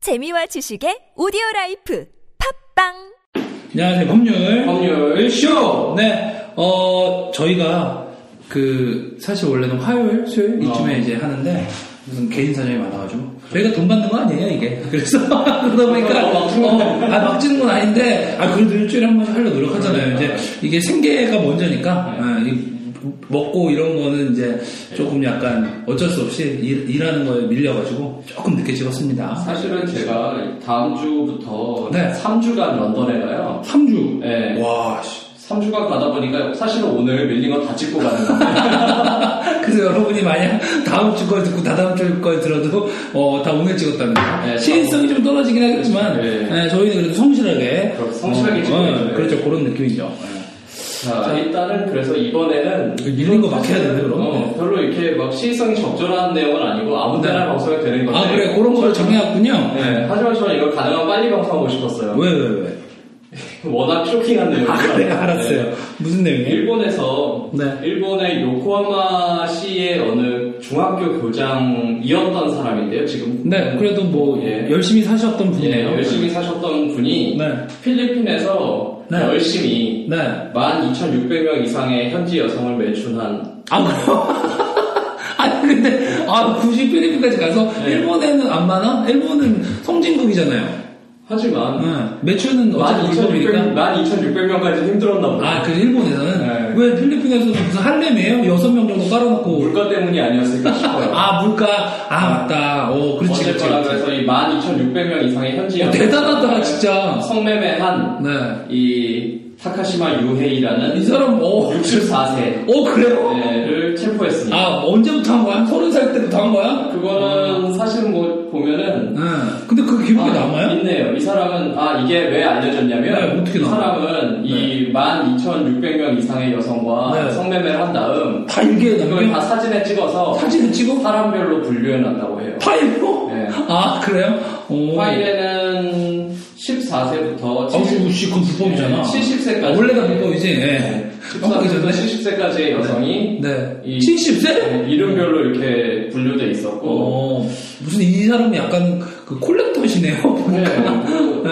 재미와 지식의 오디오 라이프 팝빵 안녕하세요. 법률. 어. 법률 쇼! 네. 어, 저희가 그 사실 원래는 화요일, 수요일 어. 이쯤에 이제 하는데 무슨 개인 사정이 많아가지고 저희가 돈 받는 거 아니에요 이게 그래서 그러다 보니까 어, 막 찍는 어, 건 아, 막 찍는 건 아닌데 아 그래도 일주일에 한 번씩 하려고 노력하잖아요 네. 이제 이게 생계가 먼저니까 아, 이 먹고 이런 거는 이제 조금 약간 어쩔 수 없이 일, 일하는 거에 밀려가지고 조금 늦게 찍었습니다 사실은 제가 다음 주부터 네. 3주간 런던에 가요. 3주 네. 와 씨. 3주간 가다 보니까 사실은 오늘 밀린 거 다 찍고 가는 건데 그래서 여러분이 만약 다음 주 걸 듣고 다다음 주 걸 들어도 어, 다 오늘 찍었다는 거. 네, 시인성이 좀 떨어지긴 하겠지만 네. 네, 저희는 그래도 성실하게 그렇죠. 성실하게 네. 찍고 있죠. 네. 그렇죠 그런 느낌이죠. 자, 일단은 그래서 이번에는 밀린 거 막혀야 되네 그럼. 어, 별로 이렇게 막 시의성이 적절한 내용은 아니고 아무 네. 데나 방송이 되는 건데 아 그래 그런 걸 정해왔군요. 네, 하지만 저는 이걸 가능한 빨리 방송하고 싶었어요 왜 왜 왜? 워낙 쇼킹한 내용이죠 아 그래 알았어요. 네. 무슨 내용이에요? 일본에서 네. 일본의 요코하마시의 어느 중학교 교장이었던 사람인데요 지금 네 그래도 뭐 예. 열심히 사셨던 분이네요. 예, 열심히 사셨던 분이 네. 필리핀에서 네. 열심히 네. 12,600명 이상의 현지 여성을 매춘한 아 그럼. 아니 근데 아 굳이 필리핀까지 가서 네. 일본에는 안 많아? 일본은 성진국이잖아요. 하지만 응. 매출은 어차피 12,600, 음. 일본이니까. 12,600명까지 힘들었나 보다. 아, 그 일본에서는 네. 왜 필리핀에서도 무슨 할렘이에요? 여섯 명 정도 깔아놓고. 물가 뭐 때문이 아니었을까 싶어요. 아, 물가. 아, 맞다. 오, 그렇지, 그렇지. 네. 어쨌거나 그렇지. 그래서 이 12,600명 이상의 현지 어, 여성 대단하다, 진짜. 성매매한 네. 이 타카시마 유헤이라는 이 사람, 어, 64세를 어, 그래요? 체포했습니다. 아, 언제부터 한 거야? 서른 살 때부터 한 거야? 그거는 사실 뭐 보면은 네. 근데 그 기억이 아, 남아요? 있네요. 이 사람은 아 이게 왜 알려졌냐면 네, 어떻게 이 나와요? 사람은 이 12,600명 이상의 여성과 네. 성매매를 한 다음 다 일기에 이걸 남겨? 다 사진에 찍어서 사진을 찍어? 사람별로 분류해 놨다고 해요. 파일로? 네. 아, 그래요? 오. 파일에는 14세부터 어우, 씨, 그건 뭐 불법이잖아. 네, 70세까지 원래 다 불법이지. 네. 14세부터 70세까지의 여성이 네. 이- 70세? 네, 이름별로 이렇게 분류돼 있었고 어, 무슨 이 사람은 약간 그 콜렉터시네요. 네, 보니까. 그리고 네.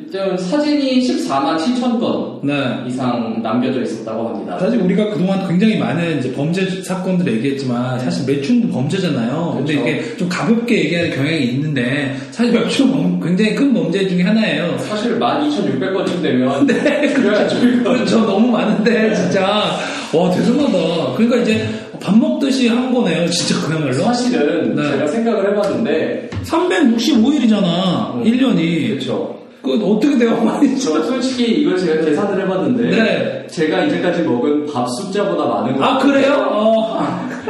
일단 사진이 14만 7천 건 네. 이상 남겨져 있었다고 합니다. 사실 우리가 그동안 굉장히 많은 이제 범죄 사건들을 얘기했지만 사실 매춘도 범죄잖아요. 근데 네. 그렇죠. 네. 이게 좀 가볍게 얘기하는 경향이 있는데 사실 매춘은 범- 굉장히 큰 범죄 중에 하나예요. 사실 12,600건쯤 되면 네, 그래가지고 그렇죠. 너무 네. 많은데 진짜 와 대단하다. 그러니까 이제 밥 먹듯이 한 거네요. 진짜 그야말로. 사실은 네. 제가 생각을 해봤는데 365일이잖아. 음. 1년이. 그렇죠. 그건 어떻게 돼요? 많이 저 솔직히 이걸 제가 계산을 해봤는데 그렇죠. 네. 제가 이제까지 먹은 밥 숫자보다 많은 거 아 그래요? 어.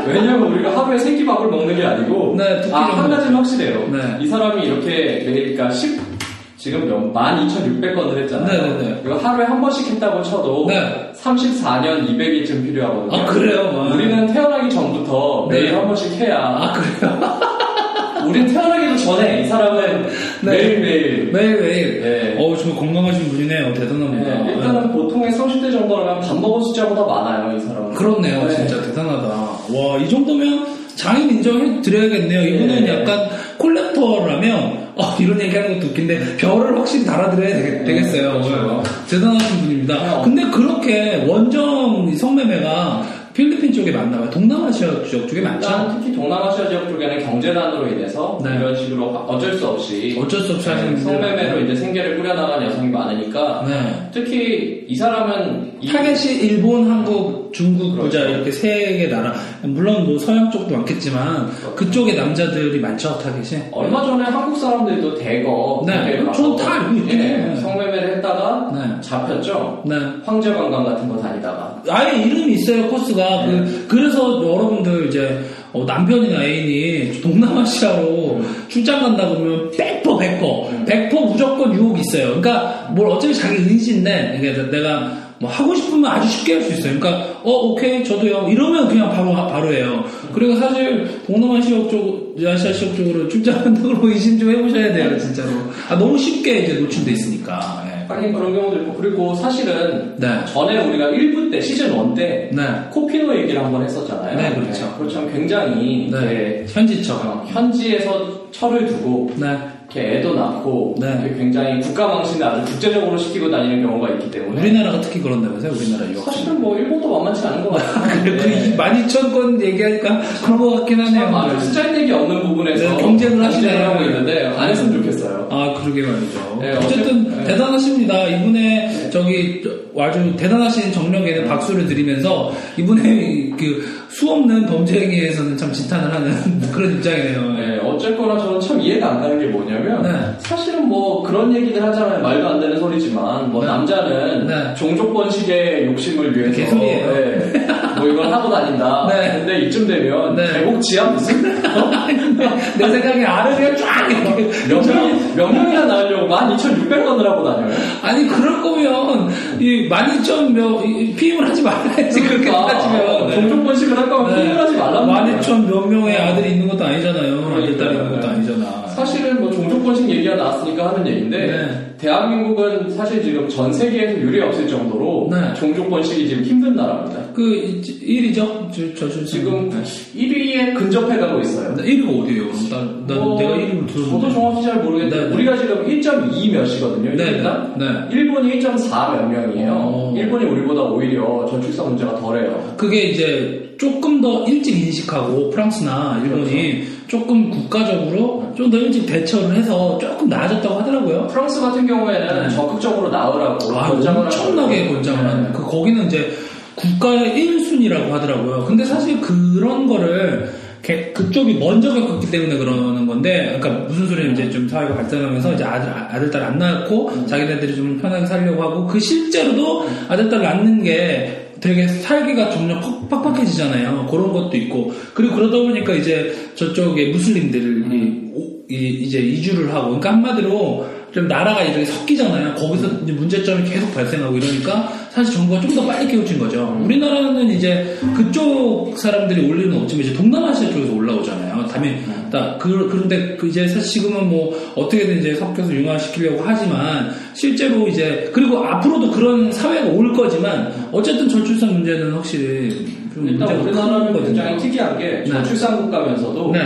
왜냐면 우리가 하루에 세끼 밥을 먹는 게 아니고 네, 두끼 아, 정도. 한 가지는 확실해요. 네. 이 사람이 이렇게 매일 그러니까 10 지금 몇 12,600건을 했잖아요. 네, 네, 네. 이거 하루에 한 번씩 했다고 쳐도 네. 34년 200일쯤 필요하거든요. 아 그래요? 아. 우리는 태어나기 전부터 네. 매일 한 번씩 해야 아 그래요? 우린 태어나기도 전에 이 사람은 네. 매일매일 매일 매일. 네. 어우 정말 건강하신 분이네요. 네, 대단합니다. 일단은 보통의 30대 정도라면 밥 먹은 숫자보다 많아요 이 사람은 그렇네요. 네. 진짜 대단하다. 와 이 정도면 장인 인정해 드려야겠네요. 이분은 네. 약간 콜렉터라면 어, 이런 얘기하는 것도 웃긴데 별을 확실히 달아드려야 되겠, 되겠어요. 음, 뭐. 그렇죠. 대단하신 분입니다. 어. 근데 그렇게 원정 성매매가 필리핀 쪽에 많나 봐요. 동남아시아 지역 쪽에 많죠. 일단 특히 동남아시아 지역 쪽에는 경제난으로 인해서 네. 이런 식으로 아, 어쩔 수 없이 네, 어쩔 수 없이 하시는 분들. 성매매로 이제 생계를 꾸려나가는 여성이 많으니까 네. 특히 이 사람은 이- 타겟이 일본, 한국, 중국 부자 그렇죠. 이렇게 세 개의 나라 물론 뭐 서양 쪽도 많겠지만 그렇죠. 그쪽에 남자들이 많죠 타겟이 얼마 전에 한국 사람들도 대거 네, 그렇게 가서 네, 저는 다 알고 있긴 해요. 성매매를 했다가 네. 잡혔죠 네. 황제관광 같은 거 다니다가 아예 이름이 있어요 코스가 그, 래서 여러분들 이제 어, 남편이나 애인이 동남아시아로 출장 간다 그러면 100% 100% 100% 무조건 유혹이 있어요 그러니까 뭘 어차피 자기 의지인데 그러니까 내가 뭐 하고 싶으면 아주 쉽게 할 수 있어요 그러니까 어 오케이 저도요 이러면 그냥 바로 하- 바로 해요 그리고 사실 동남아시아 쪽 아시아 지역 쪽으로 출장 간다 그러면 의심 좀 해보셔야 돼요 진짜로 아 너무 쉽게 이제 노출돼 있으니까 예. 하긴 그런 경우도 있고 그리고 사실은 네. 전에 우리가 1부 때 시즌 1때 네. 코피노 얘기를 한번 했었잖아요. 네, 그렇죠. 그렇죠. 굉장히 네. 이제 현지처럼 어, 현지에서 철을 두고 네. 이렇게 애도 낳고 네. 이렇게 굉장히 국가 망신을 아주 국제적으로 시키고 다니는 경우가 있기 때문에 우리나라가 특히 그런다면서요? 우리나라 유학. 사실은 뭐 일본도 만만치 않은 것 같아요. 그 네. 12,000건 얘기하니까 그런 것 같긴 하네요. 참 아주 숫자인 이 없는 부분에서 네, 경쟁을 하시네요. 경쟁을 하고 있는데 안 했으면 좋겠어요. 아 그러게 말이죠. 네, 어쨌든 어쨌든, 네. 대단하십니다. 이분의 저기 저- 아주 대단하신 정력에는 네. 박수를 드리면서 이분의 그 수없는 범죄 행위에서는 참 지탄을 하는 그런 입장이네요. 네, 어쨌거나 저는 참 이해가 안 가는 게 뭐냐면 네. 사실은 뭐 그런 얘기들 하잖아요 말도 안 되는 소리지만 뭐 네. 남자는 네. 종족 번식의 욕심을 위해서 개소리예요. 네, 뭐 이걸 하고 다닌다 네. 근데 이쯤 되면 네. 대북 지하 무슨 내 생각에 아르비가 쫙 이렇게 몇 명이 몇 명이나 나으려고 12,600건을 하고 다녀요 아니 그럴 거면 이 12,000몇 피임을 하지 말아야지 그렇게 그러니까. 따지면 종족 번식을 할 거면 네. 피해하지 말라는 거예요. 12,000몇 명의 아들이 있는 것도 아니잖아요. 아들 딸이 있는 것도 네. 아니잖아. 사실은 뭐 종족 번식 얘기가 나왔으니까 하는 얘기인데 네. 대한민국은 사실 지금 전 세계에서 유례 없을 정도로 네. 종족 번식이 지금 힘든 나라입니다. 그 이- 1위죠? 저, 저, 저, 지금 네. 1위에 근접해 가고 있어요. 나 1위가 어디예요? 그럼 난, 난 뭐, 내가 1위를 들었는데 저도 정확히 잘 모르겠는데 네. 우리가 지금 1.2 몇이거든요. 네, 일단 네. 네. 일본이 1.4 몇 명이에요. 어. 일본이 우리보다 오히려 저출산 문제가 덜해요. 그게 이제 조금 더 일찍 인식하고 프랑스나 일본이 그렇죠. 조금 네. 국가적으로 좀 더 일찍 대처를 해서 조금 나아졌다고 하더라고요. 프랑스 같은 경우에는 네. 적극적으로 나으라고 아, 권장을 엄청나게 하고 권장을 네. 하는. 그 거기는 이제 국가의 1순위라고 하더라고요. 근데 사실 그런 거를 개- 그쪽이 먼저 겪었기 때문에 그러는 건데, 그러니까 무슨 소리냐면 이제 좀 사회가 발전하면서 이제 아들, 아들, 딸 안 낳고 자기네들이 좀 편하게 살려고 하고, 그 실제로도 아들, 딸 낳는 게 되게 살기가 점점 팍- 팍팍해지잖아요. 그런 것도 있고. 그리고 그러다 보니까 이제 저쪽에 무슬림들이 오- 이, 이제 이주를 하고, 그러니까 한마디로 좀 나라가 이렇게 섞이잖아요. 거기서 이제 문제점이 계속 발생하고 이러니까 사실 정부가 좀 더 빨리 깨우친 거죠. 우리나라는 이제 그쪽 사람들이 올 일은 없지만 이제 동남아시아 쪽에서 올라오잖아요. 다음에 다 그, 그런데 그 이제 사실 지금은 뭐 어떻게든 이제 섞여서 융화시키려고 하지만 실제로 이제 그리고 앞으로도 그런 사회가 올 거지만 어쨌든 저출산 문제는 확실히 좀 일단 문제가 큰 우리나라는 거거든요. 굉장히 특이한 게 저출산 국가면서도 네.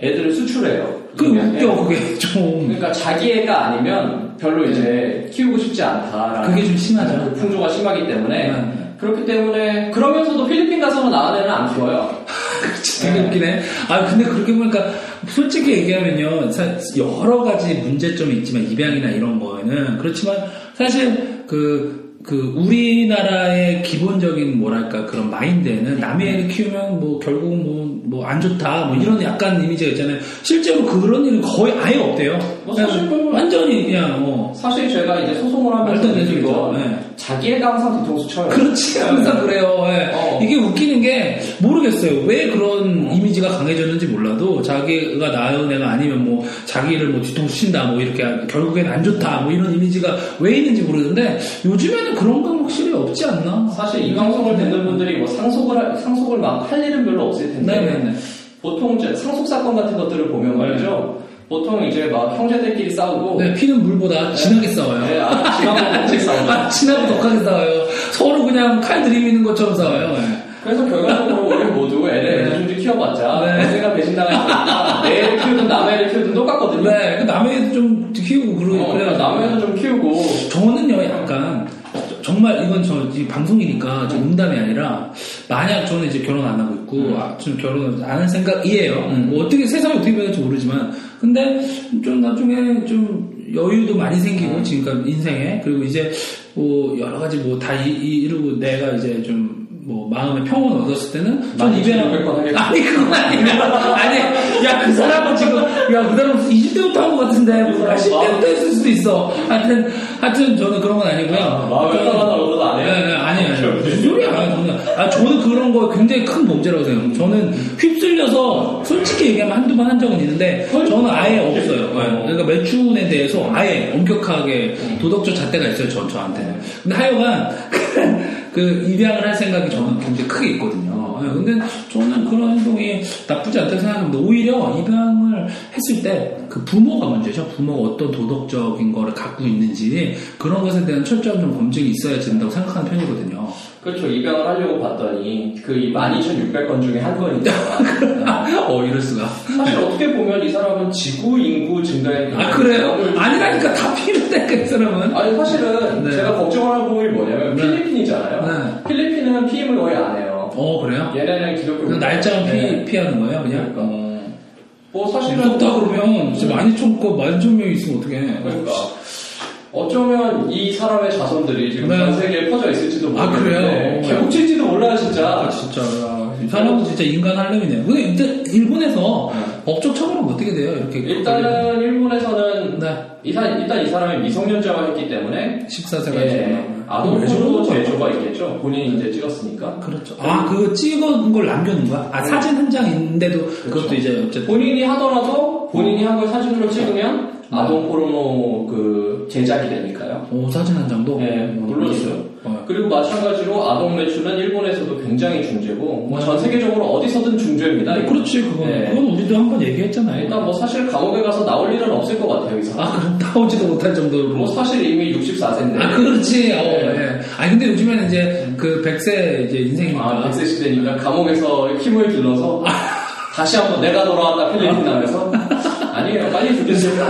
애들을 수출해요. 그 웃겨 네. 그게 좀 그러니까 자기 애가 아니면 별로 이제 키우고 싶지 않다라는 네. 그게 좀 심하죠. 풍조가 심하기 때문에 네. 그렇기 때문에 그러면서도 필리핀 가서는 아은 애는 안 키워요. 그치, 되게 웃기네. 아, 근데 그렇게 보니까, 솔직히 얘기하면요, 사- 여러 가지 문제점이 있지만, 입양이나 이런 거에는. 그렇지만, 사실, 그, 그, 우리나라의 기본적인, 뭐랄까, 그런 마인드에는 남의 애를 키우면, 뭐, 결국 뭐, 뭐, 안 좋다, 뭐, 이런 약간 이미지가 있잖아요. 실제로 그런 일은 거의 아예 없대요. 뭐 사실 그냥 그- 완전히 그냥, 어. 사실 제가 이제 소송을 하면서 말도 안 되는 느낀 소리죠. 건 네. 자기 애가 항상 뒤통수 쳐요. 그렇지 항상 그래요. 예. 어. 이게 웃기는 게 모르겠어요. 왜 그런 이미지가 강해졌는지 몰라도 자기가 나은 애가 아니면 뭐 자기를 뭐 뒤통수 친다 뭐 이렇게 결국엔 안 좋다 뭐 이런 이미지가 왜 있는지 모르는데 요즘에는 그런 건 확실히 없지 않나? 사실 이 방송을 듣는 분들이 뭐 상속을 하- 상속을 막 할 일은 별로 없을 텐데 네네네. 보통 이제 상속 사건 같은 것들을 보면 말이죠. 보통 이제 막 형제들끼리 싸우고 네, 피는 물보다 진하게 싸워요. 네, 아, 지방하고 같이 싸우죠. 아, 진하고 독하게 싸워요. 서로 그냥 칼 들이미는 것처럼 싸워요. 예. 그래서 결과적으로 우리 모두 애를 네. 애준지 키워봤자 네. 내가 배신당했으니까 내 애를 키우든 남의 애를 키우든 똑같거든요. 네, 그 남의 애도 좀 키우고 그러, 어, 그래요. 남의 애는 좀 키우고 저는요 약간 저- 정말 이건 저이 방송이니까 저 농담이 아니라 만약 저는 이제 결혼 안 하고 있고 음. 아, 지금 결혼 안 할 생각이에요. 뭐 어떻게 세상이 어떻게 변할지 모르지만 근데 좀 나중에 좀 여유도 많이 생기고 음. 지금까지 인생에 그리고 이제 뭐 여러 가지 뭐 다 이루고 내가 이제 좀 뭐 마음의 평온 얻었을 때는 전 많이 입양 지금 몇번 하겠지. 아니 그건 아니야 아니 야 그 사람은 지금 야그 사람은 20대부터 한 것 같은데 뭐 10대부터 했을 수도 있어 하여튼 하여튼 저는 그런 건 아니고요 마음을 떠나다고 그러안 네, 네, 해요. 그렇죠. 아니에요. 아니에요. 무슨 소리야. 저는, 아, 저는 그런 거 굉장히 큰 범죄라고 생각해요. 저는 휩쓸려서 솔직히 얘기하면 한두 번 한 적은 있는데 저는 아예 없어요. 네, 그러니까 매춘에 대해서 아예 엄격하게 도덕적 잣대가 있어요. 저, 저한테는. 근데 하여간 그 입양을 할 생각이 저는 굉장히 크게 있거든요. 네, 근데 저는 그런 행동이 나쁘지 않다고 생각합니다. 오히려 입양을 했을 때 그 부모가 문제죠. 부모가 어떤 도덕적인 거를 갖고 있는지 그런 것에 대한 철저한 좀 검증이 있어야 된다고 생각하는 편이거든요. 그렇죠. 입양을 하려고 봤더니 그 12,600건 중에 한 건이니까. 어 이럴 수가. 사실 어떻게 보면 이 사람은 지구 인구 증가에 아 대한 그래요? 부담을- 아니라니까 다 필요해 그 사람은. 아니 사실은 네. 제가 걱정하는 부분이 뭐냐면 네. 필리핀이잖아요. 필리핀은 피임을 거의 안 해요. 어 그래요? 얘네는 기독교 그냥 날짜만 피, 네. 피하는 거예요 그냥. 그러니까. 뭐 사실은 무섭다 그러면 진짜 많이 쫓고 만 천명 있으면 어떡해. 그러니까 어쩌면 이 사람의 자손들이 지금 네. 전 세계에 퍼져 있을지도 아, 모르겠는데 그래요? 개국질지도 몰라 진짜. 아 진짜 야, 이 사람은 진짜 인간 할렘이네요. 근데 일단 일본에서 네. 법적 처벌은 어떻게 돼요? 이렇게 일단은 일본에서는 네. 이 사, 일단 이 사람이 미성년자가 했기 때문에 14세가 예, 아동포도 제조가 있겠죠. 본인이 이제 찍었으니까. 그렇죠. 아 그거 찍은 걸 남겨놓은 거야? 아 네. 사진 한 장인데도 그것도 그렇죠. 이제 어쨌든 본인이 하더라도 본인이 한 걸 사진으로 네. 찍으면 아동 포르노 그 제작이 되니까요. 오 사진 한 장도 네, 물론이죠. 어. 그리고 마찬가지로 아동 매출은 일본에서도 굉장히 중죄고 뭐 전 세계적으로 어디서든 중죄입니다. 네, 그렇지 그건 네. 그건 우리도 한 번 얘기했잖아요. 일단 뭐 사실 감옥에 가서 나올 일은 없을 것 같아요, 이 사람. 아 그럼 나오지도 못할 정도로. 뭐 사실 이미 64세인데. 아 그렇지. 어, 네. 음. 예. 아니 근데 요즘에는 이제 그 100세 이제 인생이니까. 아, 100세 시대니까 감옥에서 힘을 길러서 다시 한번 내가 돌아왔다 필리핀 나면서 아니에요, 빨리 죽겠어요.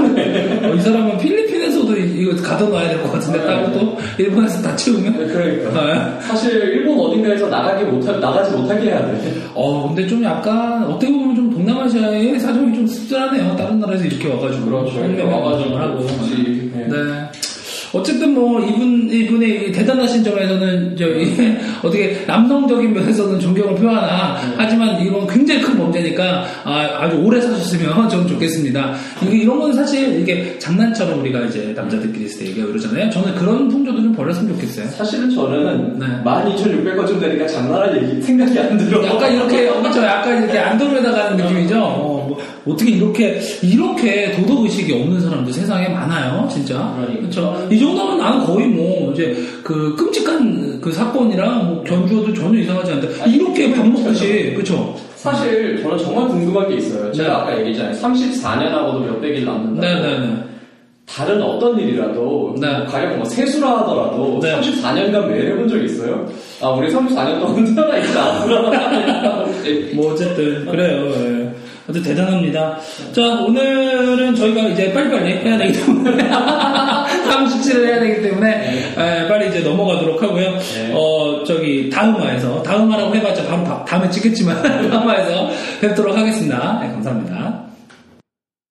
어, 이 사람은 필리핀에서도 이- 이거 가둬놔야 될 것 같은데 네. 따로 또 일본에서 다 치우면. 그러니까. 아, 사실 일본 어딘가에서 나가기 못하, 나가지 못하게 해야 돼. 어 근데 좀 약간 어떻게 보면 좀 동남아시아의 사정이 좀 씁쓸하네요. 다른 나라에서 이렇게 와가지고 그렇죠. 이렇게 와가지고 하고. 굳이 이렇게. 네. 어쨌든 뭐 이분 이분의 이 대단하신 점에서는 저 이- 어떻게 남성적인 면에서는 존경을 표하나 네. 하지만 이건 굉장히 큰 범죄니까 아, 주 오래 사셨으면 좀 좋겠습니다. 이게 이런 건 사실 이게 장난처럼 우리가 이제 남자들끼리 있을 때 얘기하고 그러잖아요. 저는 그런 풍조도 좀 버렸으면 좋겠어요. 사실은 저는 네. 12,600원 좀 되니까 장난할 얘기 생각이 안 들어. 약간 이렇게 그렇죠. 약간 이렇게 안드로메다 가는 느낌이죠. 어, 뭐 어떻게 이렇게 이렇게 도덕 의식이 없는 사람도 세상에 많아요, 진짜. 그러니까. 그렇죠. 이 정도면 나는 거의 뭐 이제 그 끔찍한 그 사건이랑 뭐 견주어도 전혀 이상하지 않다. 이렇게 밥 먹듯이 그렇죠. 사실 저는 정말 궁금한 게 있어요. 제가 네. 아까 얘기했잖아요. 34년하고도 몇백일 남는다. 네네네. 다른 어떤 일이라도 네. 뭐 가령 뭐 세수라 하더라도 네. 34년간 매일 해본 적 있어요? 아 우리 34년 동안 살아있다. 뭐 어쨌든 그래요. 예. 아무튼 대단합니다. 자 오늘은 저희가 이제 빨리빨리 해야 되기 때문에 37을 해야 되기 때문에 예, 빨리 이제 넘어가도록 하고요. 네. 어 저기 다음화에서 다음화라고 해봤자 바로 다- 다음에 찍겠지만 다음화에서 뵙도록 하겠습니다. 예, 감사합니다.